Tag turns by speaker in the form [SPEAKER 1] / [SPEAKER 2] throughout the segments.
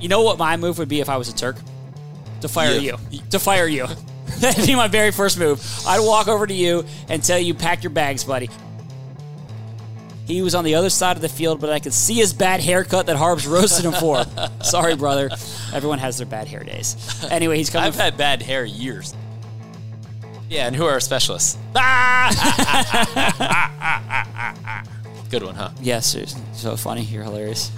[SPEAKER 1] You know what my move would be if I was a Turk? To fire
[SPEAKER 2] Yeah.
[SPEAKER 1] you. To fire you. That'd be my very first move. I'd walk over to you and tell you, pack your bags, buddy. He was on the other side of the field, but I could see his bad haircut that Harb's roasted him for. Sorry, brother. Everyone has their bad hair days. Anyway, he's coming.
[SPEAKER 2] I've had bad hair years. Yeah, and who are our specialists? Good one, huh?
[SPEAKER 1] yes, seriously. So funny. You're hilarious.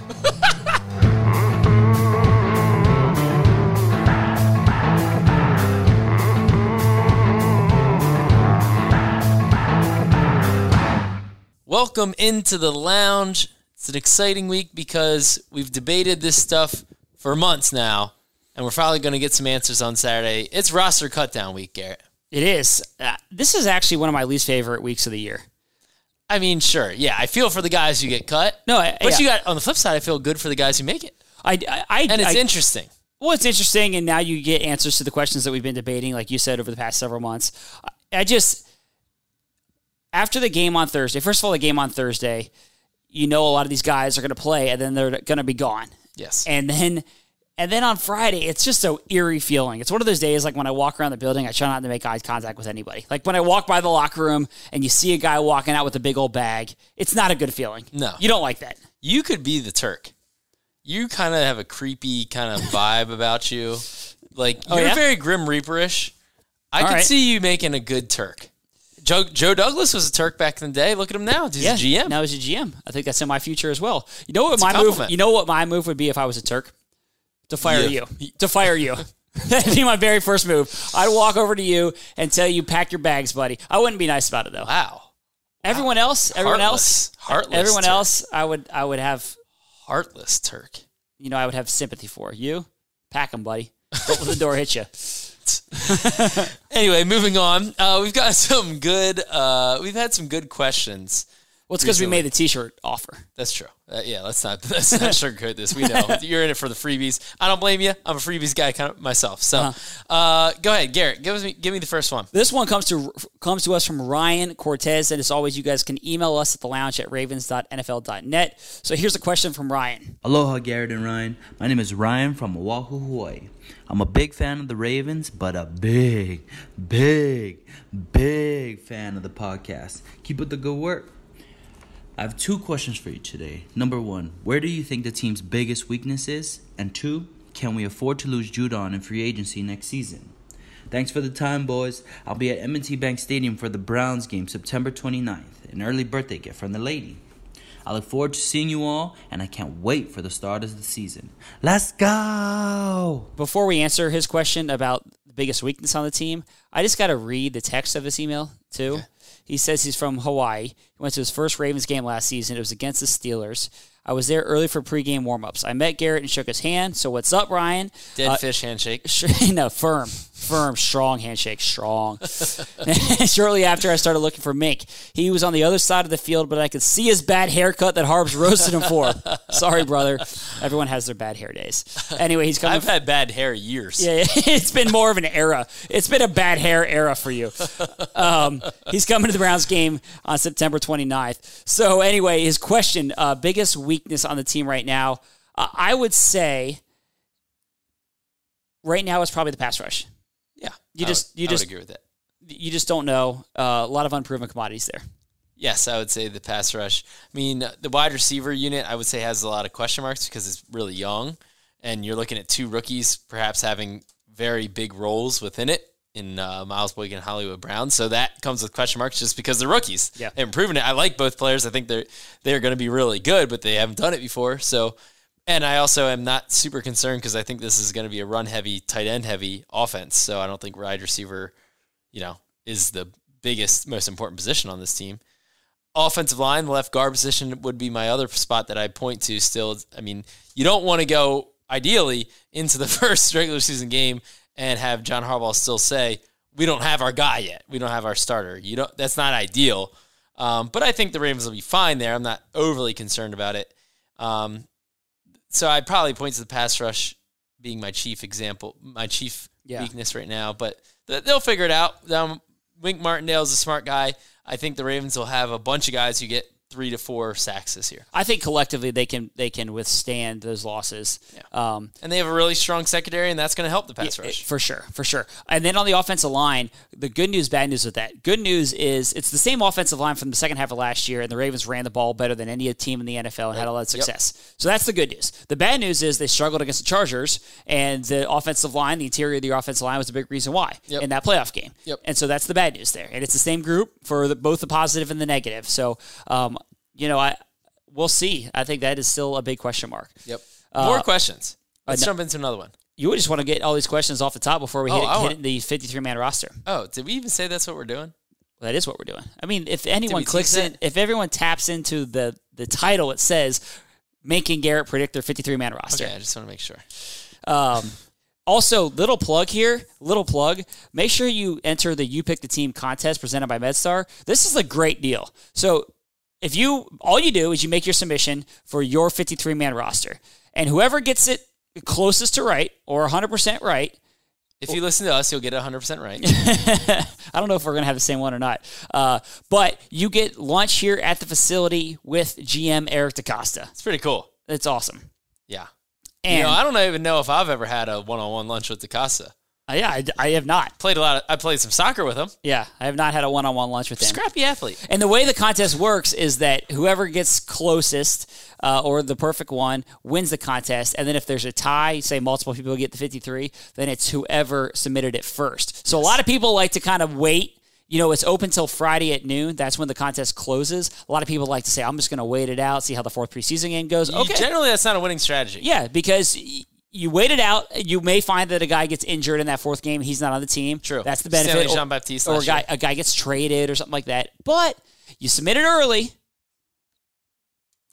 [SPEAKER 2] Welcome into the lounge. It's an exciting week because we've debated this stuff for months now, and we're finally going to get some answers on Saturday. It's roster cutdown week, Garrett.
[SPEAKER 1] It is. Uh, this is actually one of my least favorite weeks of the year.
[SPEAKER 2] I mean, sure, yeah, I feel for the guys who get cut.
[SPEAKER 1] No, I-
[SPEAKER 2] but
[SPEAKER 1] yeah.
[SPEAKER 2] you got on the flip side, I feel good for the guys who make it,
[SPEAKER 1] I, I, I
[SPEAKER 2] and it's
[SPEAKER 1] I-
[SPEAKER 2] interesting.
[SPEAKER 1] Well, it's interesting, and now you get answers to the questions that we've been debating, like you said, over the past several months. I, I just after the game on Thursday, first of all, the game on Thursday, you know, a lot of these guys are going to play, and then they're going to be gone,
[SPEAKER 2] Yes,
[SPEAKER 1] and then. And then on Friday, it's just so eerie feeling. It's one of those days like when I walk around the building, I try not to make eye contact with anybody. Like when I walk by the locker room and you see a guy walking out with a big old bag, it's not a good feeling.
[SPEAKER 2] No.
[SPEAKER 1] You don't like that.
[SPEAKER 2] you could be the Turk. You kind of have a creepy kind of vibe about you. Like you're
[SPEAKER 1] Oh, yeah?
[SPEAKER 2] very grim reaperish. I
[SPEAKER 1] All
[SPEAKER 2] could
[SPEAKER 1] right.
[SPEAKER 2] see you making a good Turk. Joe, Joe Douglas was a Turk back in the day. Look at him now. He's a GM.
[SPEAKER 1] Now he's a GM. I think that's in my future as well. You know what
[SPEAKER 2] a
[SPEAKER 1] my move?
[SPEAKER 2] compliment.
[SPEAKER 1] You know what my move would be if I was a Turk? To fire
[SPEAKER 2] Yeah.
[SPEAKER 1] you. To fire you. That'd be my very first move. I'd walk over to you and tell you pack your bags, buddy. I wouldn't be nice about it though.
[SPEAKER 2] Wow.
[SPEAKER 1] Everyone else, everyone
[SPEAKER 2] Heartless.
[SPEAKER 1] else,
[SPEAKER 2] Heartless
[SPEAKER 1] everyone
[SPEAKER 2] Turk.
[SPEAKER 1] else, I would, I would have,
[SPEAKER 2] Heartless Turk.
[SPEAKER 1] you know, I would have sympathy for you. Pack them, buddy. Don't let the door hit you.
[SPEAKER 2] Anyway, moving on. Uh, we've got some good. Uh, we've had some good questions.
[SPEAKER 1] Well, it's because we made the T-shirt offer.
[SPEAKER 2] That's true. Uh, yeah, let's not let's not sugarcoat this. We know you're in it for the freebies. I don't blame you. I'm a freebies guy kind of myself. So,
[SPEAKER 1] Uh-huh.
[SPEAKER 2] uh, go ahead, Garrett. Give me give me the first one.
[SPEAKER 1] This one comes to comes to us from Ryan Cortez, and as always, you guys can email us at the lounge at ravens.nfl.net. So here's a question from Ryan.
[SPEAKER 3] Aloha, Garrett and Ryan. My name is Ryan from Oahu, Hawaii. I'm a big fan of the Ravens, but a big, big, big fan of the podcast. Keep up the good work. I have two questions for you today. Number one, where do you think the team's biggest weakness is? And two, can we afford to lose Judon in free agency next season? Thanks for the time, boys. I'll be at M&T Bank Stadium for the Browns game September 29th, an early birthday gift from the lady. I look forward to seeing you all, and I can't wait for the start of the season. Let's go!
[SPEAKER 1] Before we answer his question about the biggest weakness on the team, I just got to read the text of this email too. He says he's from Hawaii. He went to his first Ravens game last season. It was against the Steelers. I was there early for pregame warmups. I met Garrett and shook his hand. So what's up, Ryan?
[SPEAKER 2] Dead
[SPEAKER 1] Uh,
[SPEAKER 2] fish handshake.
[SPEAKER 1] Sh- no, firm, firm, strong handshake, strong. Shortly after, I started looking for Mink. He was on the other side of the field, but I could see his bad haircut that Harb's roasted him for. Sorry, brother. Everyone has their bad hair days. Anyway, he's coming.
[SPEAKER 2] I've had bad hair years.
[SPEAKER 1] Yeah, it's been more of an era. It's been a bad hair era for you. Um, he's coming to the Browns game on September 29th. So, anyway, his question uh, biggest weakness on the team right now, uh, I would say right now is probably the pass rush.
[SPEAKER 2] Yeah,
[SPEAKER 1] You
[SPEAKER 2] I
[SPEAKER 1] just-
[SPEAKER 2] would-
[SPEAKER 1] you
[SPEAKER 2] I would
[SPEAKER 1] just-
[SPEAKER 2] agree with that.
[SPEAKER 1] You just don't know. Uh, a lot of unproven commodities there.
[SPEAKER 2] Yes, I would say the pass rush. I mean, the wide receiver unit, I would say, has a lot of question marks because it's really young, and you're looking at two rookies perhaps having very big roles within it in uh, Miles Boykin and Hollywood Brown. So that comes with question marks just because they're rookies.
[SPEAKER 1] Yeah.
[SPEAKER 2] they're improving it. I like both players. I think they're they're going to be really good, but they haven't done it before. So, and I also am not super concerned because I think this is going to be a run heavy, tight end heavy offense. So I don't think wide receiver, you know, is the biggest, most important position on this team offensive line, the left guard position would be my other spot that I point to still. I mean, you don't want to go ideally into the first regular season game and have John Harbaugh still say, we don't have our guy yet. We don't have our starter. You don't that's not ideal. Um, but I think the Ravens will be fine there. I'm not overly concerned about it. Um, so I'd probably point to the pass rush being my chief example, my chief
[SPEAKER 1] Yeah.
[SPEAKER 2] weakness right now. But th- they'll figure it out. Um, Wink Martindale's a smart guy. I think the Ravens will have a bunch of guys who get three to four sacks this year.
[SPEAKER 1] I think collectively they can they can withstand those losses.
[SPEAKER 2] Yeah.
[SPEAKER 1] Um,
[SPEAKER 2] And they have a really strong secondary, and that's going to help the pass rush.
[SPEAKER 1] For sure, for sure. And then on the offensive line, the good news, bad news with that. Good news is it's the same offensive line from the second half of last year, and the Ravens ran the ball better than any team in the NFL and had a lot of success. So that's the good news. The bad news is they struggled against the Chargers, and the offensive line, the interior of the offensive line, was a big reason why
[SPEAKER 2] Yep.
[SPEAKER 1] in that playoff game.
[SPEAKER 2] Yep.
[SPEAKER 1] And so that's the bad news there. And it's the same group for the, both the positive and the negative. So, um, you know, I we'll see. I think that is still a big question mark.
[SPEAKER 2] Yep. Uh, More questions. Let's
[SPEAKER 1] no-
[SPEAKER 2] jump into another one.
[SPEAKER 1] You would just want to get all these questions off the top before we
[SPEAKER 2] Oh,
[SPEAKER 1] hit,
[SPEAKER 2] I
[SPEAKER 1] hit
[SPEAKER 2] want-
[SPEAKER 1] the 53 man roster.
[SPEAKER 2] Oh, did we even say that's what we're doing?
[SPEAKER 1] Well, that is what we're doing. I mean, if anyone
[SPEAKER 2] tease
[SPEAKER 1] clicks
[SPEAKER 2] that?
[SPEAKER 1] in, if everyone taps into the the title, it says making Garrett predict their 53 man roster.
[SPEAKER 2] Okay, I just want to make sure.
[SPEAKER 1] Um, also, little plug here, little plug. Make sure you enter the You Pick the Team contest presented by MedStar. This is a great deal. So, if you all you do is you make your submission for your 53 man roster, and whoever gets it closest to right or 100% right
[SPEAKER 2] If you listen to us, you'll get it 100% right.
[SPEAKER 1] I don't know if we're going to have the same one or not. Uh, but you get lunch here at the facility with GM Eric DaCosta.
[SPEAKER 2] It's pretty cool.
[SPEAKER 1] That's awesome.
[SPEAKER 2] Yeah.
[SPEAKER 1] And
[SPEAKER 2] you know, I don't even know if I've ever had a one-on-one lunch with DaCosta.
[SPEAKER 1] Uh, yeah, I, I have not.
[SPEAKER 2] Played a lot. Of, I played some soccer with him.
[SPEAKER 1] Yeah, I have not had a one on one lunch with him.
[SPEAKER 2] Scrappy athlete.
[SPEAKER 1] And the way the contest works is that whoever gets closest uh, or the perfect one wins the contest. And then if there's a tie, say multiple people get the 53, then it's whoever submitted it first. So a lot of people like to kind of wait. You know, it's open till Friday at noon. That's when the contest closes. A lot of people like to say, I'm just going to wait it out, see how the fourth preseason game goes.
[SPEAKER 2] Okay.
[SPEAKER 1] Okay.
[SPEAKER 2] Generally, that's not a winning strategy.
[SPEAKER 1] Yeah, because y- you wait it out. You may find that a guy gets injured in that fourth game. He's not on the team.
[SPEAKER 2] True.
[SPEAKER 1] That's the benefit.
[SPEAKER 2] Stanley Jean-Baptiste
[SPEAKER 1] or a
[SPEAKER 2] last
[SPEAKER 1] guy,
[SPEAKER 2] year.
[SPEAKER 1] a guy gets traded or something like that. But you submit it early,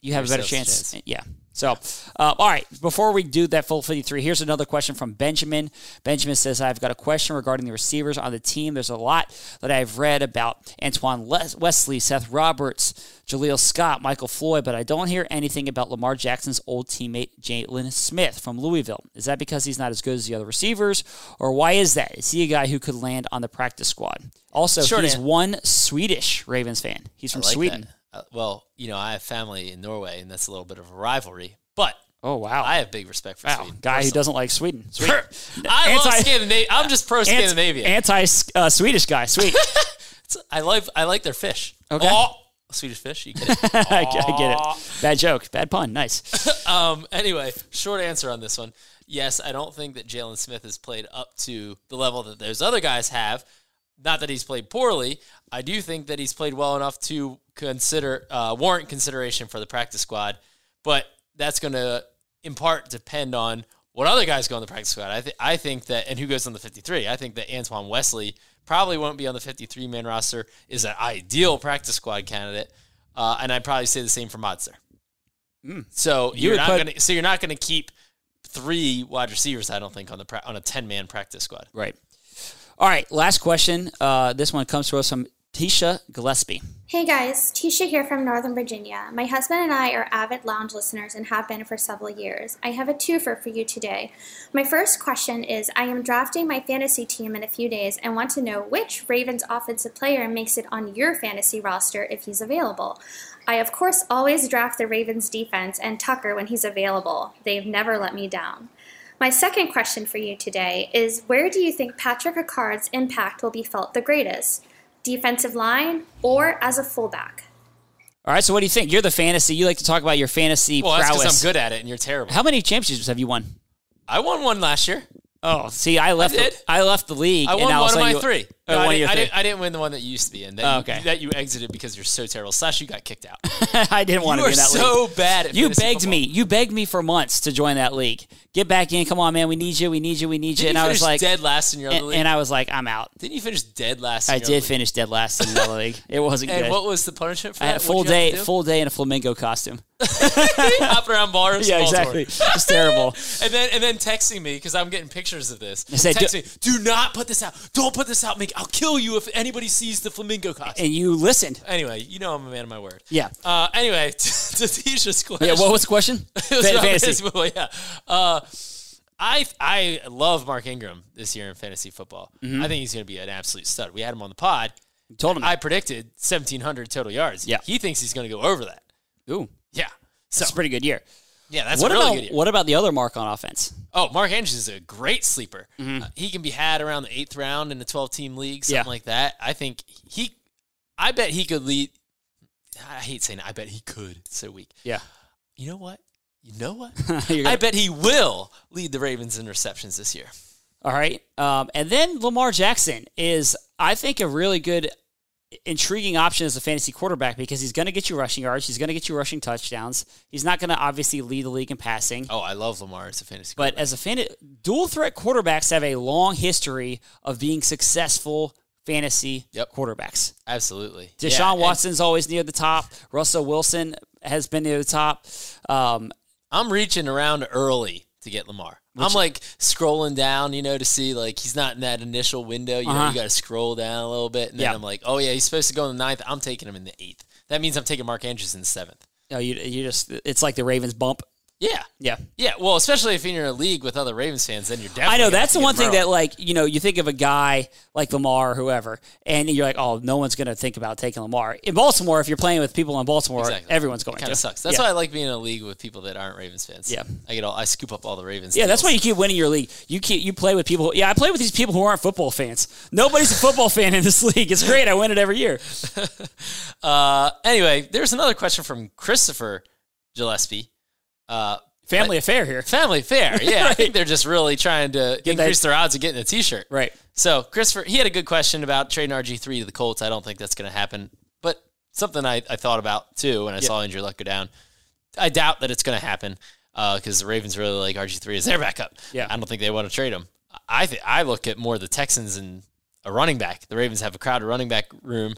[SPEAKER 1] you have a better
[SPEAKER 2] Yourself's
[SPEAKER 1] chance. Yeah. So, uh, all right. Before we do that full 53, here's another question from Benjamin. Benjamin says, I've got a question regarding the receivers on the team. There's a lot that I've read about Antoine Les- Wesley, Seth Roberts, Jaleel Scott, Michael Floyd, but I don't hear anything about Lamar Jackson's old teammate, Jalen Smith from Louisville. Is that because he's not as good as the other receivers, or why is that? Is he a guy who could land on the practice squad? Also,
[SPEAKER 2] Short
[SPEAKER 1] he's
[SPEAKER 2] answer.
[SPEAKER 1] one Swedish Ravens fan. He's from
[SPEAKER 2] I like
[SPEAKER 1] Sweden.
[SPEAKER 2] that. Uh, well, you know, I have family in Norway, and that's a little bit of a rivalry. But
[SPEAKER 1] Oh, wow.
[SPEAKER 2] I have big respect for
[SPEAKER 1] Wow,
[SPEAKER 2] Sweden.
[SPEAKER 1] guy who doesn't like Sweden. Sweet.
[SPEAKER 2] I love
[SPEAKER 1] Anti-
[SPEAKER 2] Scandinavia. I'm just pro Scandinavia.
[SPEAKER 1] Anti uh, Swedish guy. Sweet.
[SPEAKER 2] I like I like their fish.
[SPEAKER 1] Okay.
[SPEAKER 2] Oh, Swedish fish. You get it.
[SPEAKER 1] I, I get it. Bad joke. Bad pun. Nice.
[SPEAKER 2] um, anyway, short answer on this one. Yes, I don't think that Jalen Smith has played up to the level that those other guys have. Not that he's played poorly. I do think that he's played well enough to consider uh, warrant consideration for the practice squad, but that's going to in part depend on what other guys go on the practice squad. I, th- I think that and who goes on the 53. I think that Antoine Wesley probably won't be on the 53 man roster. Is an ideal practice squad candidate, uh, and I'd probably say the same for Modster. So you are
[SPEAKER 1] would
[SPEAKER 2] not
[SPEAKER 1] put-
[SPEAKER 2] going to. So you're not going to keep three wide receivers. I don't think on the pra- on a ten man practice squad.
[SPEAKER 1] Right. All right. Last question. Uh, this one comes to us from Tisha Gillespie.
[SPEAKER 4] Hey guys, Tisha here from Northern Virginia. My husband and I are avid lounge listeners and have been for several years. I have a twofer for you today. My first question is I am drafting my fantasy team in a few days and want to know which Ravens offensive player makes it on your fantasy roster if he's available. I, of course, always draft the Ravens defense and Tucker when he's available. They've never let me down. My second question for you today is where do you think Patrick Ricard's impact will be felt the greatest? defensive line, or as a fullback.
[SPEAKER 1] All right. So, what do you think? You're the fantasy. You like to talk about your fantasy
[SPEAKER 2] Well, that's because
[SPEAKER 1] prowess.
[SPEAKER 2] I'm good at it, and you're terrible.
[SPEAKER 1] How many championships have you won?
[SPEAKER 2] I won one last year.
[SPEAKER 1] Oh, see, I left.
[SPEAKER 2] did.
[SPEAKER 1] The, I left the league.
[SPEAKER 2] I
[SPEAKER 1] and
[SPEAKER 2] won
[SPEAKER 1] now all
[SPEAKER 2] one of
[SPEAKER 1] a
[SPEAKER 2] my
[SPEAKER 1] sudden you-
[SPEAKER 2] three.
[SPEAKER 1] Oh,
[SPEAKER 2] No,
[SPEAKER 1] one
[SPEAKER 2] I,
[SPEAKER 1] of
[SPEAKER 2] didn't,
[SPEAKER 1] your
[SPEAKER 2] I,
[SPEAKER 1] three.
[SPEAKER 2] didn't, I didn't win the one that you used to be in. That
[SPEAKER 1] Oh,
[SPEAKER 2] you-
[SPEAKER 1] okay.
[SPEAKER 2] that you exited because you're so terrible. Slash, you got kicked out.
[SPEAKER 1] I didn't want
[SPEAKER 2] you
[SPEAKER 1] to be
[SPEAKER 2] are
[SPEAKER 1] in that league.
[SPEAKER 2] so bad. At
[SPEAKER 1] You
[SPEAKER 2] fantasy
[SPEAKER 1] begged
[SPEAKER 2] football.
[SPEAKER 1] me. You begged me for months to join that league. Get back in. Come on, man. We need you. We need you. We need you. and
[SPEAKER 2] Didn't you
[SPEAKER 1] I
[SPEAKER 2] finish
[SPEAKER 1] was like,
[SPEAKER 2] dead last in your other
[SPEAKER 1] and,
[SPEAKER 2] league.
[SPEAKER 1] and I was like, I'm out.
[SPEAKER 2] didn't you finish dead last?
[SPEAKER 1] I
[SPEAKER 2] in your
[SPEAKER 1] did
[SPEAKER 2] other league?
[SPEAKER 1] finish dead last in the league. It wasn't
[SPEAKER 2] And
[SPEAKER 1] good.
[SPEAKER 2] what was the punishment for
[SPEAKER 1] I
[SPEAKER 2] that?
[SPEAKER 1] had a full
[SPEAKER 2] What'd you have
[SPEAKER 1] day,
[SPEAKER 2] to do?
[SPEAKER 1] full day in a flamingo costume.
[SPEAKER 2] hopping around bars.
[SPEAKER 1] yeah,
[SPEAKER 2] small tour.
[SPEAKER 1] exactly. It's terrible.
[SPEAKER 2] And then and then texting me because I'm getting pictures of this.
[SPEAKER 1] I said,
[SPEAKER 2] Text
[SPEAKER 1] "Do-
[SPEAKER 2] me, do not put this out. Don't put this out. Make I'll kill you if anybody sees the flamingo costume.
[SPEAKER 1] And you listened.
[SPEAKER 2] anyway, you know I'm a man of my word.
[SPEAKER 1] Yeah.
[SPEAKER 2] Uh, anyway, to Tisha's question.
[SPEAKER 1] Yeah. What was the question?
[SPEAKER 2] It was
[SPEAKER 1] Fan-
[SPEAKER 2] about
[SPEAKER 1] Fantasy.
[SPEAKER 2] baseball, yeah. Uh, I
[SPEAKER 1] Mm-hmm.
[SPEAKER 2] I love Mark Ingram this year in fantasy football. I think he's going to be an absolute stud. We had him on the pod,
[SPEAKER 1] You told him.
[SPEAKER 2] I predicted 1,700 total yards.
[SPEAKER 1] Yeah.
[SPEAKER 2] He thinks he's going to go over that.
[SPEAKER 1] Ooh,
[SPEAKER 2] Yeah. So,
[SPEAKER 1] that's a pretty good year.
[SPEAKER 2] yeah, that's
[SPEAKER 1] what
[SPEAKER 2] a really
[SPEAKER 1] about
[SPEAKER 2] good year.
[SPEAKER 1] what about the other mark on offense?
[SPEAKER 2] Oh, Mark Andrews is a great sleeper. Uh, he can be had around the eighth round in the 12 team league, something
[SPEAKER 1] Mm-hmm. Yeah.
[SPEAKER 2] like that. I think he, I bet he could lead. I hate saying I bet he could. It's so weak.
[SPEAKER 1] Yeah,
[SPEAKER 2] You know what? You know what?
[SPEAKER 1] You're
[SPEAKER 2] I
[SPEAKER 1] gonna-
[SPEAKER 2] bet he will lead the Ravens in receptions this year.
[SPEAKER 1] all right. Um, and then Lamar Jackson is, I think, a really good, intriguing option as a fantasy quarterback because he's going to get you rushing yards, he's going to get you rushing touchdowns. He's not going to obviously lead the league in passing.
[SPEAKER 2] Oh, I love Lamar as a fantasy.
[SPEAKER 1] But as a fan, dual threat quarterbacks have a long history of being successful fantasy
[SPEAKER 2] Yep.
[SPEAKER 1] quarterbacks.
[SPEAKER 2] Absolutely.
[SPEAKER 1] Deshaun
[SPEAKER 2] Yeah, and
[SPEAKER 1] Watson's always near the top. Russell Wilson has been near the top. Um,
[SPEAKER 2] I'm reaching around early to get Lamar. I'm like scrolling down, you know, to see like he's not in that initial window. You know,
[SPEAKER 1] Uh-huh.
[SPEAKER 2] you got to scroll down a little bit, and then
[SPEAKER 1] Yeah.
[SPEAKER 2] I'm like, oh yeah, he's supposed to go in the ninth. I'm taking him in the eighth. That means I'm taking Mark Andrews in the seventh.
[SPEAKER 1] you, know, you, you just it's like the Ravens bump.
[SPEAKER 2] Yeah,
[SPEAKER 1] Yeah.
[SPEAKER 2] yeah. Well, especially if you're in a league with other Ravens fans, then you're definitely.
[SPEAKER 1] I know
[SPEAKER 2] gonna
[SPEAKER 1] that's
[SPEAKER 2] have to
[SPEAKER 1] the
[SPEAKER 2] get
[SPEAKER 1] one thing
[SPEAKER 2] Merle.
[SPEAKER 1] that like you know you think of a guy like Lamar or whoever, and you're like, oh, no one's going to think about taking Lamar in Baltimore. If you're playing with people in Baltimore,
[SPEAKER 2] Exactly.
[SPEAKER 1] everyone's going
[SPEAKER 2] kind
[SPEAKER 1] to.
[SPEAKER 2] of sucks. That's
[SPEAKER 1] yeah.
[SPEAKER 2] why I like being in a league with people that aren't Ravens fans.
[SPEAKER 1] Yeah.
[SPEAKER 2] I get all I scoop up all the Ravens.
[SPEAKER 1] Yeah, that's why
[SPEAKER 2] deals.
[SPEAKER 1] you keep winning your league. You keep you play with people. Yeah, I play with these people who aren't football fans. Nobody's a football fan in this league. It's great. I win it every year.
[SPEAKER 2] Uh, anyway, there's another question from Christopher Gillespie. Uh,
[SPEAKER 1] Family affair here.
[SPEAKER 2] Family fair, yeah. I think they're just really trying to
[SPEAKER 1] that-
[SPEAKER 2] increase their odds of getting a T-shirt.
[SPEAKER 1] Right.
[SPEAKER 2] So Christopher, he had a good question about trading RG three to the Colts. I don't think that's going to happen, but something I, I thought about too when I saw Andrew Luck go down. I doubt that it's going to happen because the Ravens really like RG three as their backup.
[SPEAKER 1] Yeah.
[SPEAKER 2] I don't think they want to trade him. I th- I look at more the Texans and a running back. The Ravens have a crowded running back room.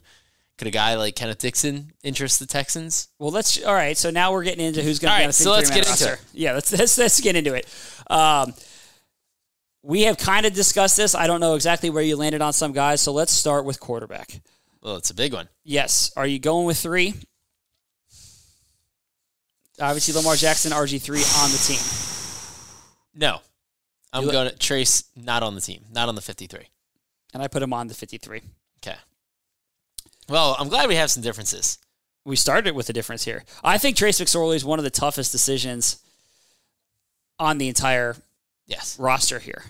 [SPEAKER 2] Could a guy like Kenneth Dixon interest the Texans?
[SPEAKER 1] Well, let's. All right. So now we're getting into who's going to
[SPEAKER 2] All
[SPEAKER 1] be
[SPEAKER 2] right,
[SPEAKER 1] on the
[SPEAKER 2] so let's
[SPEAKER 1] 53
[SPEAKER 2] get
[SPEAKER 1] man
[SPEAKER 2] into
[SPEAKER 1] roster. Yeah, let's, let's let's get into it. Um, we have kind of discussed this. I don't know exactly where you landed on some guys. So let's start with quarterback.
[SPEAKER 2] Well, it's a big one.
[SPEAKER 1] Yes. Are you going with three? Obviously, Lamar Jackson, RG three on the team.
[SPEAKER 2] No, I'm
[SPEAKER 1] You look-
[SPEAKER 2] going to Trace not on the team, not on the 53.
[SPEAKER 1] and I put him on the fifty three.
[SPEAKER 2] Okay. Well, I'm glad we have some differences.
[SPEAKER 1] we started with a difference here. I think Trace McSorley is one of the toughest decisions on the entire
[SPEAKER 2] Yes.
[SPEAKER 1] roster here.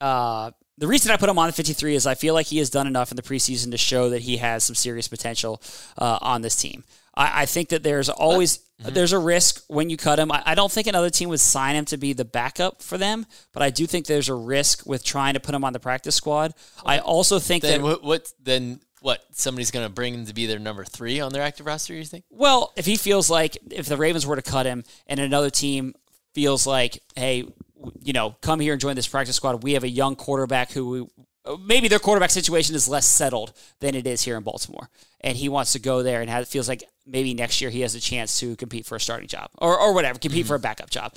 [SPEAKER 1] Uh, the reason I put him on the 53 is I feel like he has done enough in the preseason to show that he has some serious potential uh, on this team. I, I think that there's always there's a risk when you cut him. I, I don't think another team would sign him to be the backup for them, but I do think there's a risk with trying to put him on the practice squad. I also think
[SPEAKER 2] Then
[SPEAKER 1] that
[SPEAKER 2] what, what? Then what? Somebody's going to bring him to be their number three on their active roster. You think?
[SPEAKER 1] Well, if he feels like if the Ravens were to cut him and another team feels like, hey, w- you know, come here and join this practice squad, we have a young quarterback who we, uh, maybe their quarterback situation is less settled than it is here in Baltimore. And he wants to go there and has, feels like maybe next year he has a chance to compete for a starting job or, or whatever, compete for a backup job.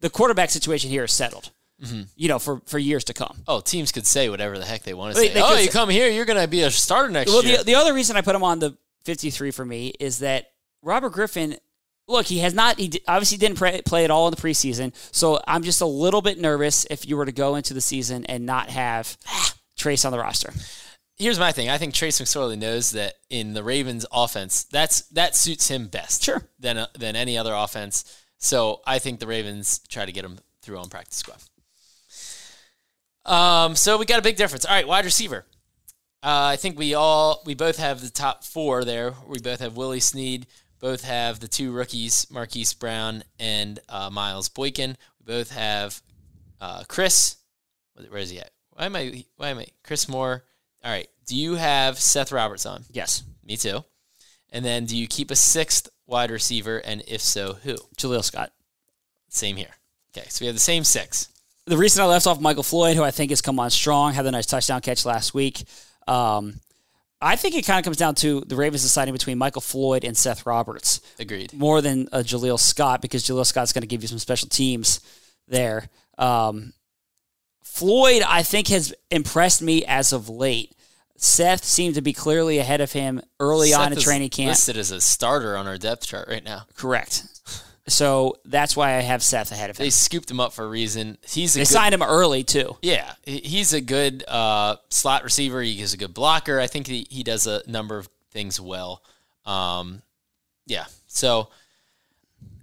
[SPEAKER 1] The quarterback situation here is settled, you know, for, for years to come.
[SPEAKER 2] Oh, teams could say whatever the heck they want to
[SPEAKER 1] They-
[SPEAKER 2] say.
[SPEAKER 1] they
[SPEAKER 2] oh,
[SPEAKER 1] could
[SPEAKER 2] you
[SPEAKER 1] say-
[SPEAKER 2] come here, you're going to be a starter next
[SPEAKER 1] Well,
[SPEAKER 2] year.
[SPEAKER 1] the, the other reason I put him on the 53 for me is that Robert Griffin, look, he has not, he d- obviously didn't pre- play at all in the preseason. So I'm just a little bit nervous if you were to go into the season and not have Trace on the roster.
[SPEAKER 2] Here's my thing. I think Trace McSorley knows that in the Ravens' offense, that's that suits him best.
[SPEAKER 1] Sure.
[SPEAKER 2] Than uh, than any other offense. So I think the Ravens try to get him through on practice squad. Um, so we got a big difference. All right, wide receiver. Uh, I think we all we both have the top four there. We both have Willie Sneed. Both have the two rookies, Marquise Brown and uh, Miles Boykin. We both have uh, Chris. Where is he at? Why am I? Why am I? Chris Moore. All right. Do you have Seth Roberts on?
[SPEAKER 1] Yes.
[SPEAKER 2] Me too. And then, do you keep a sixth wide receiver? And if so, who?
[SPEAKER 1] Jaleel Scott.
[SPEAKER 2] Same here. Okay, so we have the same six.
[SPEAKER 1] The reason I left off Michael Floyd, who I think has come on strong, had a nice touchdown catch last week. Um, I think it kind of comes down to the Ravens deciding between Michael Floyd and Seth Roberts.
[SPEAKER 2] Agreed.
[SPEAKER 1] more than a Jaleel Scott because Jaleel Scott's going to give you some special teams there. Um, Floyd, I think, has impressed me as of late. Seth seemed to be clearly ahead of him early on
[SPEAKER 2] Seth
[SPEAKER 1] in
[SPEAKER 2] is
[SPEAKER 1] training camp.
[SPEAKER 2] listed as a starter on our depth chart right now.
[SPEAKER 1] Correct. So that's why I have Seth ahead of him.
[SPEAKER 2] They scooped him up for a reason. He's a
[SPEAKER 1] They
[SPEAKER 2] good,
[SPEAKER 1] signed him early too.
[SPEAKER 2] Yeah, he- he's a good uh, slot receiver. He is a good blocker. I think he, he does a number of things well. Um, yeah, so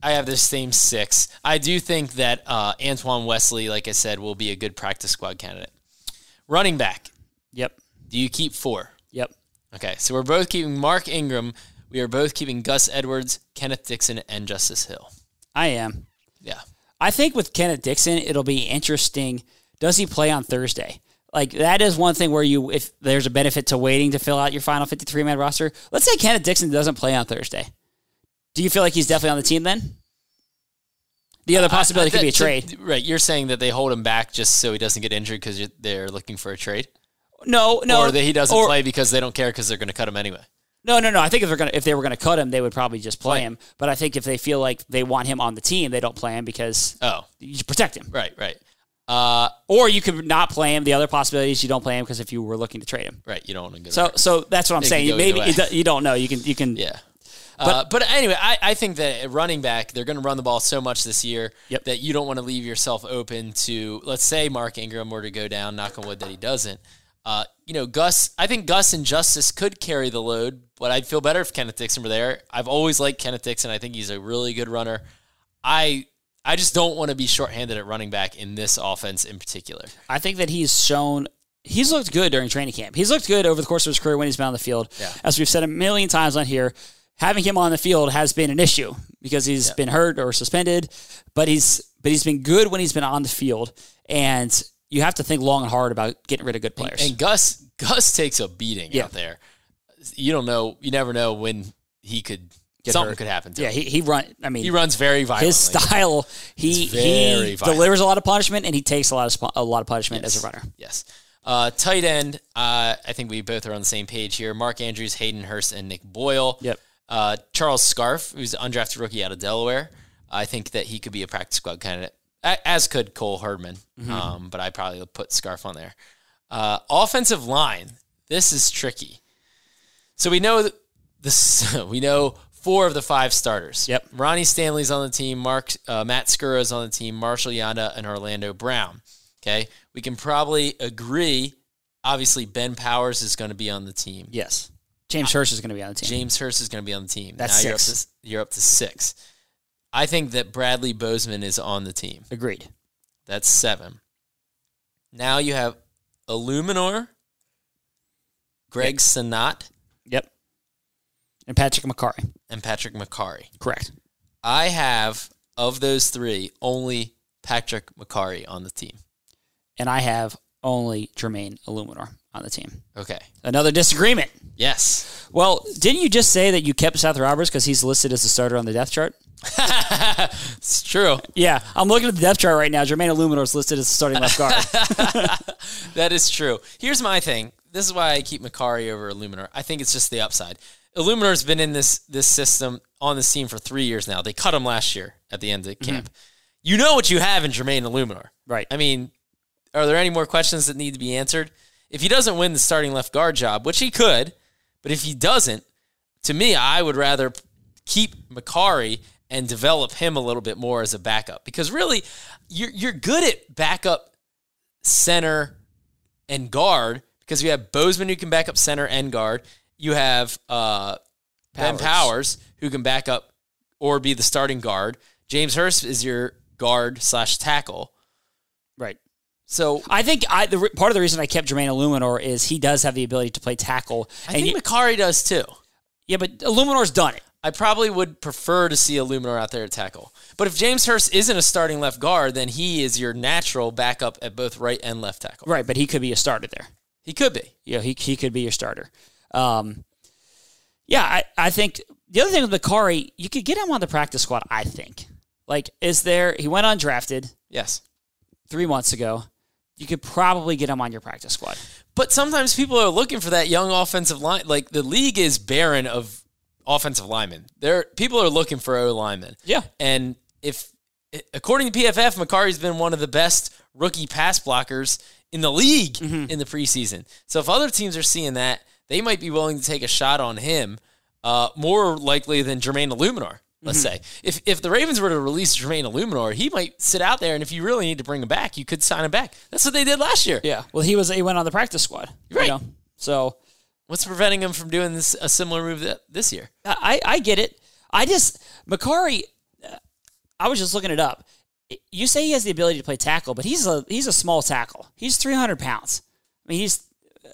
[SPEAKER 2] I have this same six. I do think that uh, Antoine Wesley, like I said, will be a good practice squad candidate. Running back,
[SPEAKER 1] Yep.
[SPEAKER 2] do you keep four?
[SPEAKER 1] Yep.
[SPEAKER 2] Okay, so we're both keeping Mark Ingram. We are both keeping Gus Edwards, Kenneth Dixon, and Justice Hill.
[SPEAKER 1] I am.
[SPEAKER 2] Yeah,
[SPEAKER 1] I think with Kenneth Dixon, it'll be interesting. Does he play on Thursday? Like that is one thing where you, if there's a benefit to waiting to fill out your final 53 man roster. Let's say Kenneth Dixon doesn't play on Thursday. Do you feel like he's definitely on the team then? The other possibility could be a
[SPEAKER 2] That-
[SPEAKER 1] trade.
[SPEAKER 2] Right, you're saying that they hold him back just so he doesn't get injured because they're looking for a trade.
[SPEAKER 1] No, no,
[SPEAKER 2] or that he doesn't
[SPEAKER 1] or-
[SPEAKER 2] play because they don't care because they're going to cut him anyway.
[SPEAKER 1] No, no, no. I think if they're gonna if they were gonna cut him, they would probably just play him. But I think if they feel like they want him on the team, they don't play him because
[SPEAKER 2] Oh,
[SPEAKER 1] you should protect him.
[SPEAKER 2] right, right, uh,
[SPEAKER 1] Or you could not play him. The other possibility is you don't play him because if you were looking to trade him.
[SPEAKER 2] right. You don't want to go.
[SPEAKER 1] So,
[SPEAKER 2] to
[SPEAKER 1] so that's what I'm
[SPEAKER 2] It could
[SPEAKER 1] saying.
[SPEAKER 2] go either
[SPEAKER 1] Maybe
[SPEAKER 2] way.
[SPEAKER 1] it do- you don't know. You can, you can.
[SPEAKER 2] yeah. But, uh, but anyway, I, I think that at running back, they're going to run the ball so much this year
[SPEAKER 1] Yep.
[SPEAKER 2] that you don't want to leave yourself open to, let's say, Mark Ingram were to go down, knock on wood that he doesn't. Uh, you know, Gus, I think Gus and Justice could carry the load, but I'd feel better if Kenneth Dixon were there. I've always liked Kenneth Dixon. I think he's a really good runner. I I just don't want to be shorthanded at running back in this offense in particular.
[SPEAKER 1] I think that he's shown he's looked good during training camp. He's looked good over the course of his career when he's been on the field. As we've said a million times on here, having him on the field has been an issue because he's been hurt or suspended, but he's but he's been good when he's been on the field and you have to think long and hard about getting rid of good players.
[SPEAKER 2] And Gus Gus takes a beating
[SPEAKER 1] Yeah.
[SPEAKER 2] out there. You don't know. You never know when he could something could happen to
[SPEAKER 1] yeah,
[SPEAKER 2] him.
[SPEAKER 1] he, he run I mean
[SPEAKER 2] He runs very violently.
[SPEAKER 1] his style he
[SPEAKER 2] very
[SPEAKER 1] he
[SPEAKER 2] violent.
[SPEAKER 1] delivers a lot of punishment and he takes a lot of sp- a lot of punishment as a runner.
[SPEAKER 2] Yes. Uh, tight end. Uh, I think we both are on the same page here. Mark Andrews, Hayden Hurst, and Nick Boyle.
[SPEAKER 1] Yep.
[SPEAKER 2] Uh, Charles Scarf, who's an undrafted rookie out of Delaware. I think that he could be a practice squad candidate, a- as could Cole Herdman.
[SPEAKER 1] Mm-hmm.
[SPEAKER 2] Um, but I probably would put Scarf on there. Uh, offensive line. This is tricky. So we know th- this. we know four of the five starters.
[SPEAKER 1] Yep.
[SPEAKER 2] Ronnie Stanley's on the team. Mark uh, Matt Skura's on the team. Marshall Yanda and Orlando Brown. Okay, we can probably agree. Obviously, Ben Powers is going to be on the team.
[SPEAKER 1] Yes. James Hurst is going to be on the team.
[SPEAKER 2] James Hurst is going to be on the team.
[SPEAKER 1] That's
[SPEAKER 2] now
[SPEAKER 1] six.
[SPEAKER 2] You're up, to, you're up to six. I think that Bradley Bozeman is on the team.
[SPEAKER 1] Agreed.
[SPEAKER 2] That's seven. Now you have Illuminor, Greg Sanat,
[SPEAKER 1] Yep. And Patrick McCarry.
[SPEAKER 2] and Patrick McCary.
[SPEAKER 1] Correct.
[SPEAKER 2] I have of those three only Patrick McCary on the team.
[SPEAKER 1] And I have only Jermaine Illuminor on the team.
[SPEAKER 2] Okay.
[SPEAKER 1] Another disagreement.
[SPEAKER 2] Yes.
[SPEAKER 1] Well, didn't you just say that you kept Seth Roberts because he's listed as a starter on the depth chart?
[SPEAKER 2] It's true.
[SPEAKER 1] Yeah, I'm looking at the depth chart right now. Jermaine Illuminor is listed as a starting left guard.
[SPEAKER 2] That is true. Here's my thing. This is why I keep Macari over Illuminor. I think it's just the upside. Illuminor's been in this this system on this team for three years now. They cut him last year at the end of camp. You know what you have in Jermaine Illuminor.
[SPEAKER 1] Right.
[SPEAKER 2] I mean, are there any more questions that need to be answered? If he doesn't win the starting left guard job, which he could, but if he doesn't, to me, I would rather keep Macari and develop him a little bit more as a backup because really, you're you're good at backup center and guard because you have Bozeman who can back up center and guard. You have uh, Ben Powers who can back up or be the starting guard. James Hurst is your guard slash tackle.
[SPEAKER 1] right.
[SPEAKER 2] So
[SPEAKER 1] I think I the re- part of the reason I kept Jermaine Illuminor is he does have the ability to play tackle.
[SPEAKER 2] I
[SPEAKER 1] and
[SPEAKER 2] think
[SPEAKER 1] you-
[SPEAKER 2] Macari does too.
[SPEAKER 1] yeah, but Illuminor's done it.
[SPEAKER 2] I probably would prefer to see Illuminor out there at tackle. But if James Hurst isn't a starting left guard, then he is your natural backup at both right and left tackle.
[SPEAKER 1] Right, but he could be a starter there.
[SPEAKER 2] He could be.
[SPEAKER 1] you know, he, he could be your starter. Um, yeah, I, I think the other thing with Macari, you could get him on the practice squad, I think. Like, is there, he went undrafted
[SPEAKER 2] Yes.
[SPEAKER 1] three months ago. You could probably get him on your practice squad.
[SPEAKER 2] But sometimes people are looking for that young offensive line. Like the league is barren of offensive linemen. There, people are looking for O linemen.
[SPEAKER 1] Yeah.
[SPEAKER 2] And if, according to PFF, Macari's been one of the best rookie pass blockers in the league
[SPEAKER 1] Mm-hmm.
[SPEAKER 2] in the preseason. So if other teams are seeing that, they might be willing to take a shot on him uh, more likely than Jermaine Illuminar. Let's
[SPEAKER 1] Mm-hmm.
[SPEAKER 2] say if if the Ravens were to release Jermaine Illuminor, he might sit out there, and if you really need to bring him back, you could sign him back. That's what they did last year.
[SPEAKER 1] Yeah. Well, he was he went on the practice squad. you
[SPEAKER 2] Right.
[SPEAKER 1] know? So
[SPEAKER 2] What's preventing him from doing this a similar move that, this year?
[SPEAKER 1] I I get it. I just Makari. uh, I was just looking it up. You say he has the ability to play tackle, but he's a he's a small tackle. He's three hundred pounds. I mean, he's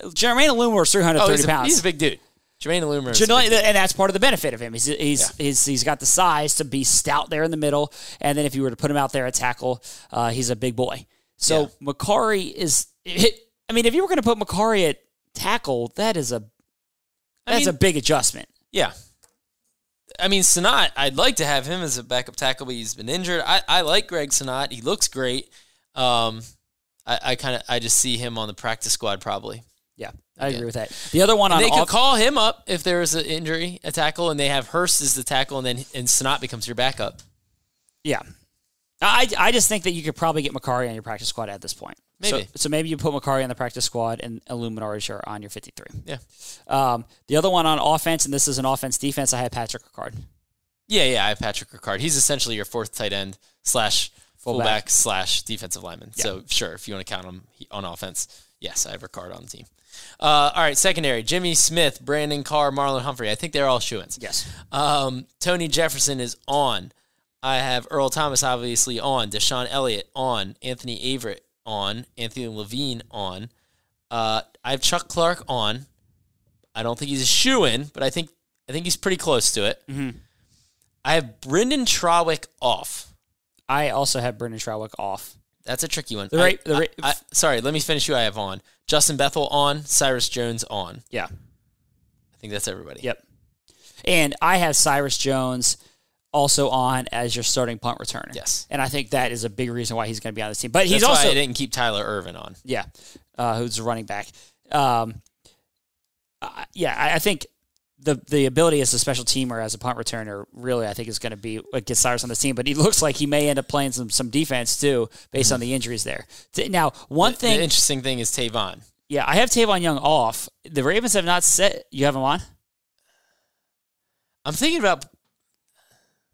[SPEAKER 1] uh, Jermaine Illuminor is three hundred thirty
[SPEAKER 2] Oh, he's, a,
[SPEAKER 1] pounds.
[SPEAKER 2] he's a big dude. Jermaine Illuminor. is a
[SPEAKER 1] Janoy-
[SPEAKER 2] big dude.
[SPEAKER 1] and that's part of the benefit of him. He's he's, he's he's got the size to be stout there in the middle, and then if you were to put him out there at tackle, uh, he's a big boy. So Macari is. I mean, if you were going to put Macari at tackle, that is a
[SPEAKER 2] I
[SPEAKER 1] that's
[SPEAKER 2] mean-
[SPEAKER 1] a big adjustment.
[SPEAKER 2] Yeah. I mean, Sanat, I'd like to have him as a backup tackle, but he's been injured. I, I like Greg Sanat. He looks great. Um, I, I kind of I just see him on the practice squad probably.
[SPEAKER 1] Yeah, I agree with that. The other one on
[SPEAKER 2] They could
[SPEAKER 1] off-
[SPEAKER 2] call him up if there is an injury, a tackle, and they have Hurst as the tackle, and then and Sanat becomes your backup.
[SPEAKER 1] yeah. I, I just think that you could probably get Macari on your practice squad at this point. So-
[SPEAKER 2] Maybe.
[SPEAKER 1] So, maybe you put Macari on the practice squad and Illuminar is your, on your 53.
[SPEAKER 2] Yeah,
[SPEAKER 1] Um, the other one on offense, and this is an offense defense, I had Patrick Ricard.
[SPEAKER 2] yeah, yeah. I have Patrick Ricard. He's essentially your fourth tight end slash fullback,
[SPEAKER 1] Fullback.
[SPEAKER 2] slash defensive lineman. So sure, if you want to count him he- on offense, yes, I have Ricard on the team. Uh, all right, secondary: Jimmy Smith, Brandon Carr, Marlon Humphrey. I think they're all shoo-ins.
[SPEAKER 1] Yes.
[SPEAKER 2] Um, Tony Jefferson is on. I have Earl Thomas obviously on. Deshaun Elliott on. Anthony Averett on. Anthony Levine on. Uh, I have Chuck Clark on. I don't think he's a shoe in, but I think I think he's pretty close to it.
[SPEAKER 1] Mm-hmm.
[SPEAKER 2] I have Brendan Trawick off.
[SPEAKER 1] I also had Brendan Trawick off.
[SPEAKER 2] That's a tricky one.
[SPEAKER 1] The
[SPEAKER 2] I-
[SPEAKER 1] ra- the
[SPEAKER 2] I-
[SPEAKER 1] ra-
[SPEAKER 2] I- sorry, let me finish who I have on. Justin Bethel on. Cyrus Jones on.
[SPEAKER 1] Yeah.
[SPEAKER 2] I think that's everybody.
[SPEAKER 1] Yep. And I have Cyrus Jones also on as your starting punt returner.
[SPEAKER 2] Yes.
[SPEAKER 1] And I think that is a big reason why he's going to be on this team. But
[SPEAKER 2] That's
[SPEAKER 1] he's
[SPEAKER 2] why
[SPEAKER 1] also
[SPEAKER 2] I didn't keep Tyler Irvin on.
[SPEAKER 1] Yeah, uh, who's a running back? Um, uh, yeah, I, I think the the ability as a special teamer, as a punt returner, really I think is going to be what gets Cyrus on this team. But he looks like he may end up playing some some defense too, based on the injuries there. T- Now, one
[SPEAKER 2] Mm-hmm. The
[SPEAKER 1] thing,
[SPEAKER 2] interesting thing is Tavon.
[SPEAKER 1] yeah, I have Tavon Young off. The Ravens have not set. You have him on,
[SPEAKER 2] I'm thinking about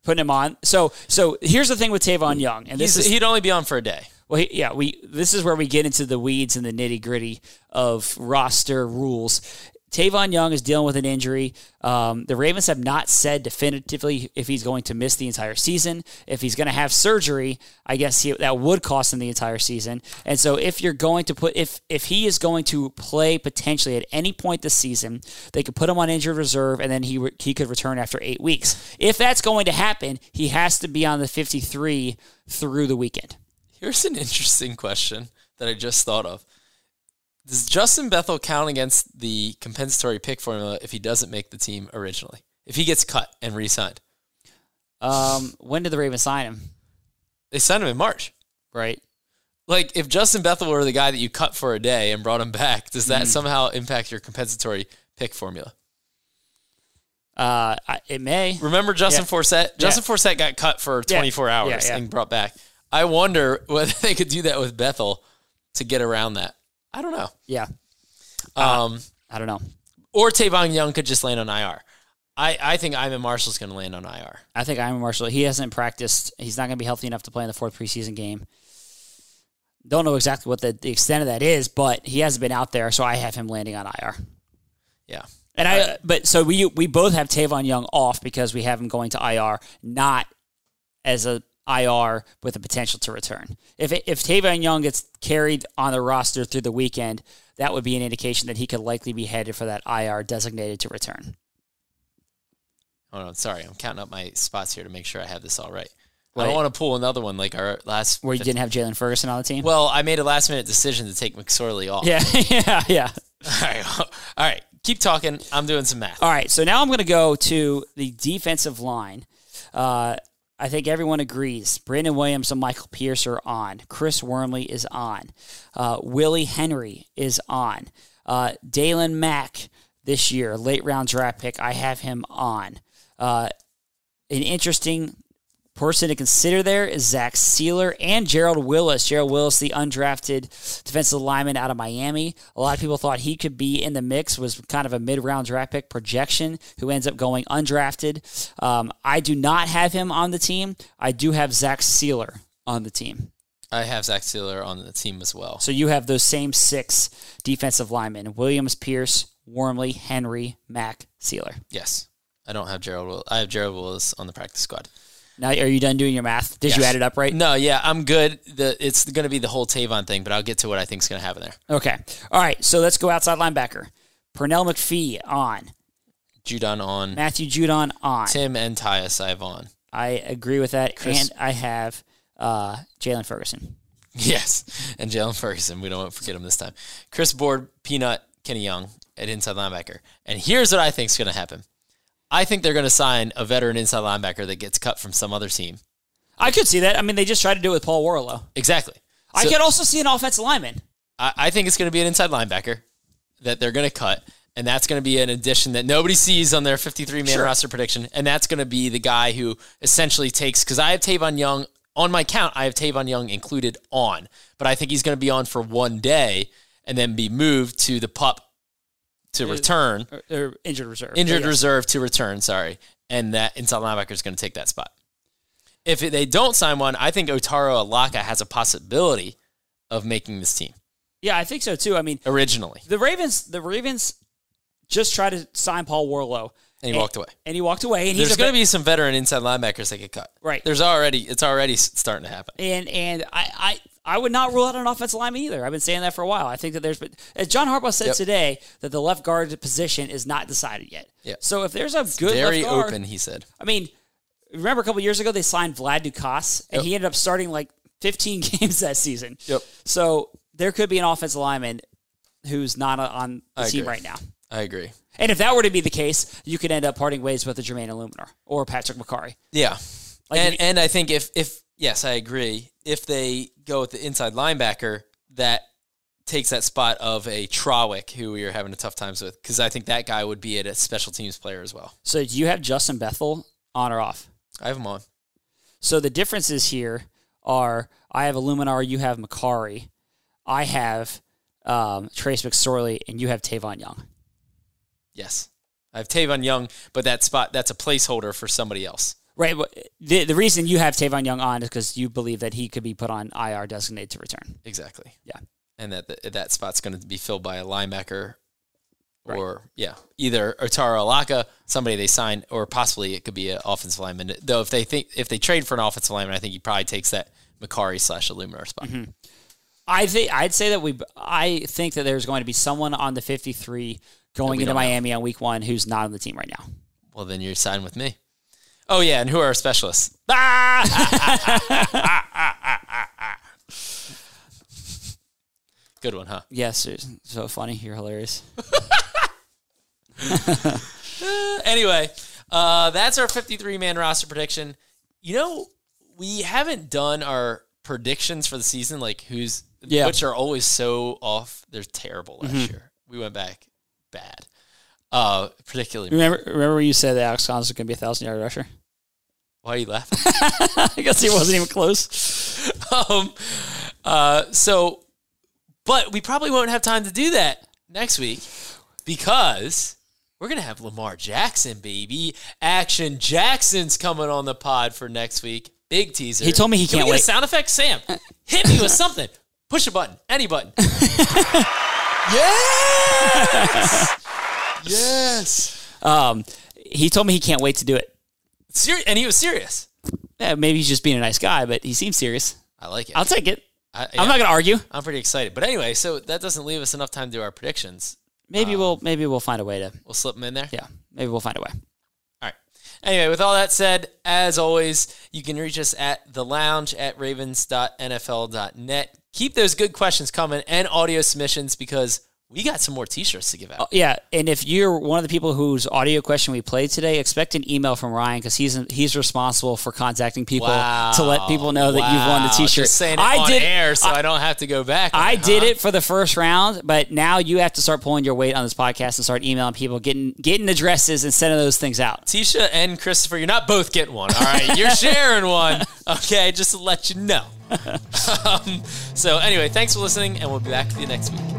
[SPEAKER 1] putting him on. So so here's the thing with Tavon Young, and this
[SPEAKER 2] He's,
[SPEAKER 1] is
[SPEAKER 2] he'd only be on for a day.
[SPEAKER 1] Well, he- yeah, we this is where we get into the weeds and the nitty gritty of roster rules. Tavon Young is dealing with an injury. Um, the Ravens have not said definitively if he's going to miss the entire season. If he's going to have surgery, I guess he, that would cost him the entire season. And so, if you're going to put if if he is going to play potentially at any point this season, they could put him on injured reserve, and then he re- he could return after eight weeks. If that's going to happen, he has to be on the 53 through the weekend.
[SPEAKER 2] Here's an interesting question that I just thought of. Does Justin Bethel count against the compensatory pick formula if he doesn't make the team originally? If he gets cut and re signed?
[SPEAKER 1] Um, when did the Ravens sign him?
[SPEAKER 2] They signed him in March.
[SPEAKER 1] Right.
[SPEAKER 2] Like, if Justin Bethel were the guy that you cut for a day and brought him back, does
[SPEAKER 1] Hmm.
[SPEAKER 2] that somehow impact your compensatory pick formula?
[SPEAKER 1] Uh, I- it may.
[SPEAKER 2] Remember Justin
[SPEAKER 1] Yeah.
[SPEAKER 2] Forsett? Justin Forsett got cut for 24
[SPEAKER 1] Yeah,
[SPEAKER 2] hours
[SPEAKER 1] yeah.
[SPEAKER 2] and brought back. I wonder whether they could do that with Bethel to get around that. I don't know.
[SPEAKER 1] Yeah. Uh,
[SPEAKER 2] Um,
[SPEAKER 1] I don't know.
[SPEAKER 2] or Tavon Young could just land on IR. I, I think Iman Marshall's going to land on IR.
[SPEAKER 1] I think I'm Marshall. He hasn't practiced. He's not going to be healthy enough to play in the fourth preseason game. Don't know exactly what the, the extent of that is, but he hasn't been out there, so I have him landing on IR.
[SPEAKER 2] Yeah.
[SPEAKER 1] And I, but so we we both have Tavon Young off because we have him going to IR, not as a IR with the potential to return. If if Tavon Young gets carried on the roster through the weekend, that would be an indication that he could likely be headed for that IR designated to return.
[SPEAKER 2] Hold on. Sorry. I'm counting up my spots here to make sure I have this all right. I
[SPEAKER 1] Right.
[SPEAKER 2] don't want to pull another one like our last.
[SPEAKER 1] Where you didn't have Jalen Ferguson on the team.
[SPEAKER 2] Well, I made a last minute decision to take McSorley off.
[SPEAKER 1] yeah, yeah, yeah.
[SPEAKER 2] All right. All right. Keep talking. I'm doing some math.
[SPEAKER 1] All right, so now I'm going to go to the defensive line. Uh, I think everyone agrees. Brandon Williams and Michael Pierce are on. Chris Wormley is on. Uh, Willie Henry is on. Uh, Dalen Mack this year, late round draft pick. I have him on. Uh, an interesting person to consider there is Zach Sealer and Gerald Willis. Gerald Willis, the undrafted defensive lineman out of Miami. A lot of people thought he could be in the mix, was kind of a mid round draft pick projection who ends up going undrafted. Um, I do not have him on the team. I do have Zach Sealer on the team.
[SPEAKER 2] I have Zach Sealer on the team as well.
[SPEAKER 1] So you have those same six defensive linemen Williams, Pierce, Wormley, Henry, Mack, Sealer.
[SPEAKER 2] Yes. I don't have Gerald Will. I have Gerald Willis on the practice squad.
[SPEAKER 1] Now, are you done doing your math? Did you
[SPEAKER 2] Yes.
[SPEAKER 1] add it up right?
[SPEAKER 2] No, yeah, I'm good. The, it's going to be the whole Tavon thing, but I'll get to what I think's going to happen there.
[SPEAKER 1] Okay. All right. So let's go outside linebacker. Pernell McPhee on.
[SPEAKER 2] Judon on.
[SPEAKER 1] Matthew Judon on.
[SPEAKER 2] Tim and Tyus I have on.
[SPEAKER 1] I agree with that.
[SPEAKER 2] Chris-
[SPEAKER 1] And I have uh, Jalen Ferguson.
[SPEAKER 2] Yes. And Jalen Ferguson. We don't forget him this time. Chris Board, Peanut, Kenny Young at inside linebacker. And here's what I think's going to happen. I think they're going to sign a veteran inside linebacker that gets cut from some other team.
[SPEAKER 1] I could see that. I mean, they just tried to do it with Paul Warlow.
[SPEAKER 2] Exactly.
[SPEAKER 1] I
[SPEAKER 2] So-
[SPEAKER 1] could also see an offensive lineman.
[SPEAKER 2] I, I think it's going to be an inside linebacker that they're going to cut, and that's going to be an addition that nobody sees on their 53 man
[SPEAKER 1] Sure.
[SPEAKER 2] roster prediction. And that's going to be the guy who essentially takes because I have Tavon Young on my count. I have Tavon Young included on, but I think he's going to be on for one day and then be moved to the pup to return
[SPEAKER 1] Or, or injured reserve.
[SPEAKER 2] injured
[SPEAKER 1] But yeah.
[SPEAKER 2] reserve to return. Sorry, and that inside linebacker is going to take that spot. If they don't sign one, I think Otaro Alaka has a possibility of making this team
[SPEAKER 1] Yeah, I think so too. I mean,
[SPEAKER 2] originally.
[SPEAKER 1] the Ravens, the Ravens just tried to sign Paul Warlow.
[SPEAKER 2] And he walked away.
[SPEAKER 1] And he walked away. And he's
[SPEAKER 2] There's
[SPEAKER 1] a ve-
[SPEAKER 2] going to be some veteran inside linebackers that get cut.
[SPEAKER 1] Right.
[SPEAKER 2] There's already it's already s- starting to happen.
[SPEAKER 1] And and I, I I would not rule out an offensive lineman either. I've been saying that for a while. I think that there's but as John Harbaugh said
[SPEAKER 2] Yep.
[SPEAKER 1] today that the left guard position is not decided yet.
[SPEAKER 2] Yep.
[SPEAKER 1] So if there's a good
[SPEAKER 2] Very
[SPEAKER 1] left guard,
[SPEAKER 2] open, he said.
[SPEAKER 1] I mean, remember a couple years ago they signed Vlad Dukas and he ended up starting like 15 games that season.
[SPEAKER 2] Yep.
[SPEAKER 1] So there could be an offensive lineman who's not on the
[SPEAKER 2] I
[SPEAKER 1] team
[SPEAKER 2] agree.
[SPEAKER 1] right now.
[SPEAKER 2] I agree.
[SPEAKER 1] And if that were to be the case, you could end up parting ways with a Jermaine Illuminar or Patrick McCarry.
[SPEAKER 2] Yeah.
[SPEAKER 1] Like
[SPEAKER 2] and
[SPEAKER 1] if-
[SPEAKER 2] and I think if if yes, I agree. If they go with the inside linebacker, that takes that spot of a Trawick who we are having a tough times with because I think that guy would be a special teams player as well.
[SPEAKER 1] So do you have Justin Bethel on or off?
[SPEAKER 2] I have him on.
[SPEAKER 1] So the differences here are I have Illuminar, you have Macari, I have um, Trace McSorley, and you have Tavon Young.
[SPEAKER 2] Yes. I have Tavon Young, but that spot that's a placeholder for somebody else.
[SPEAKER 1] Right. but The, the reason you have Tavon Young on is because you believe that he could be put on IR designated to return.
[SPEAKER 2] Exactly.
[SPEAKER 1] Yeah.
[SPEAKER 2] and that th- that spot's going to be filled by a linebacker or yeah, either Otaro Alaka, somebody they sign, or possibly it could be an offensive lineman. Though if they think if they trade for an offensive lineman, I think he probably takes that Macari slash Illuminar spot.
[SPEAKER 1] I think I'd say that we. I think that there's going to be someone on the 53 going into
[SPEAKER 2] don't know.
[SPEAKER 1] Miami on week one who's not on the team right now.
[SPEAKER 2] Well, then you're signed with me. Oh yeah, and who are our specialists?
[SPEAKER 1] Ah!
[SPEAKER 2] Good one, huh?
[SPEAKER 1] Yes, it's so funny. You're hilarious.
[SPEAKER 2] anyway, uh, that's our 53 man roster prediction. You know, we haven't done our predictions for the season, like who's,
[SPEAKER 1] Yeah.
[SPEAKER 2] which are always so off. They're terrible last year. We went back bad, uh, particularly.
[SPEAKER 1] Remember, remember when you said that Alex Collins was going to be a thousand yard rusher?
[SPEAKER 2] Why are you laughing?
[SPEAKER 1] I guess he wasn't even close.
[SPEAKER 2] um, uh, so, but we probably won't have time to do that next week because we're gonna have Lamar Jackson, baby. Action Jackson's coming on the pod for next week. Big teaser.
[SPEAKER 1] He told me he
[SPEAKER 2] Can we
[SPEAKER 1] can't
[SPEAKER 2] get a
[SPEAKER 1] wait.
[SPEAKER 2] sound effect, Sam. Hit me with something. Push a button. Any button. yes. yes.
[SPEAKER 1] Um, he told me he can't wait to do it.
[SPEAKER 2] Ser- and he was serious.
[SPEAKER 1] Eh, maybe he's just being a nice guy, but he seems serious.
[SPEAKER 2] I like it.
[SPEAKER 1] I'll take it.
[SPEAKER 2] I,
[SPEAKER 1] I'm not going to argue.
[SPEAKER 2] I'm pretty excited. But anyway, so that doesn't leave us enough time to do our predictions.
[SPEAKER 1] Maybe we'll maybe we'll find a way to.
[SPEAKER 2] We'll slip them in there.
[SPEAKER 1] Yeah, maybe we'll find a way.
[SPEAKER 2] All right. Anyway, with all that said, as always, you can reach us at the lounge at ravens.nfl.net. Keep those good questions coming and audio submissions because We got some more T-shirts to give out.
[SPEAKER 1] Yeah, and if you're one of the people whose audio question we played today, expect an email from Ryan because he's he's responsible for contacting people
[SPEAKER 2] Wow.
[SPEAKER 1] to let people know that you've won Oh, the
[SPEAKER 2] Wow.
[SPEAKER 1] T-shirt.
[SPEAKER 2] Just saying it I on air, so I, don't have to go back.
[SPEAKER 1] I
[SPEAKER 2] Huh?
[SPEAKER 1] did it for the first round, but now you have to start pulling your weight on this podcast and start emailing people, getting getting addresses and sending those things out.
[SPEAKER 2] Tisha and Christopher, you're not both getting one. All right, you're sharing one. Okay, just to let you know. um, so anyway, thanks for listening, and we'll be back with you next week.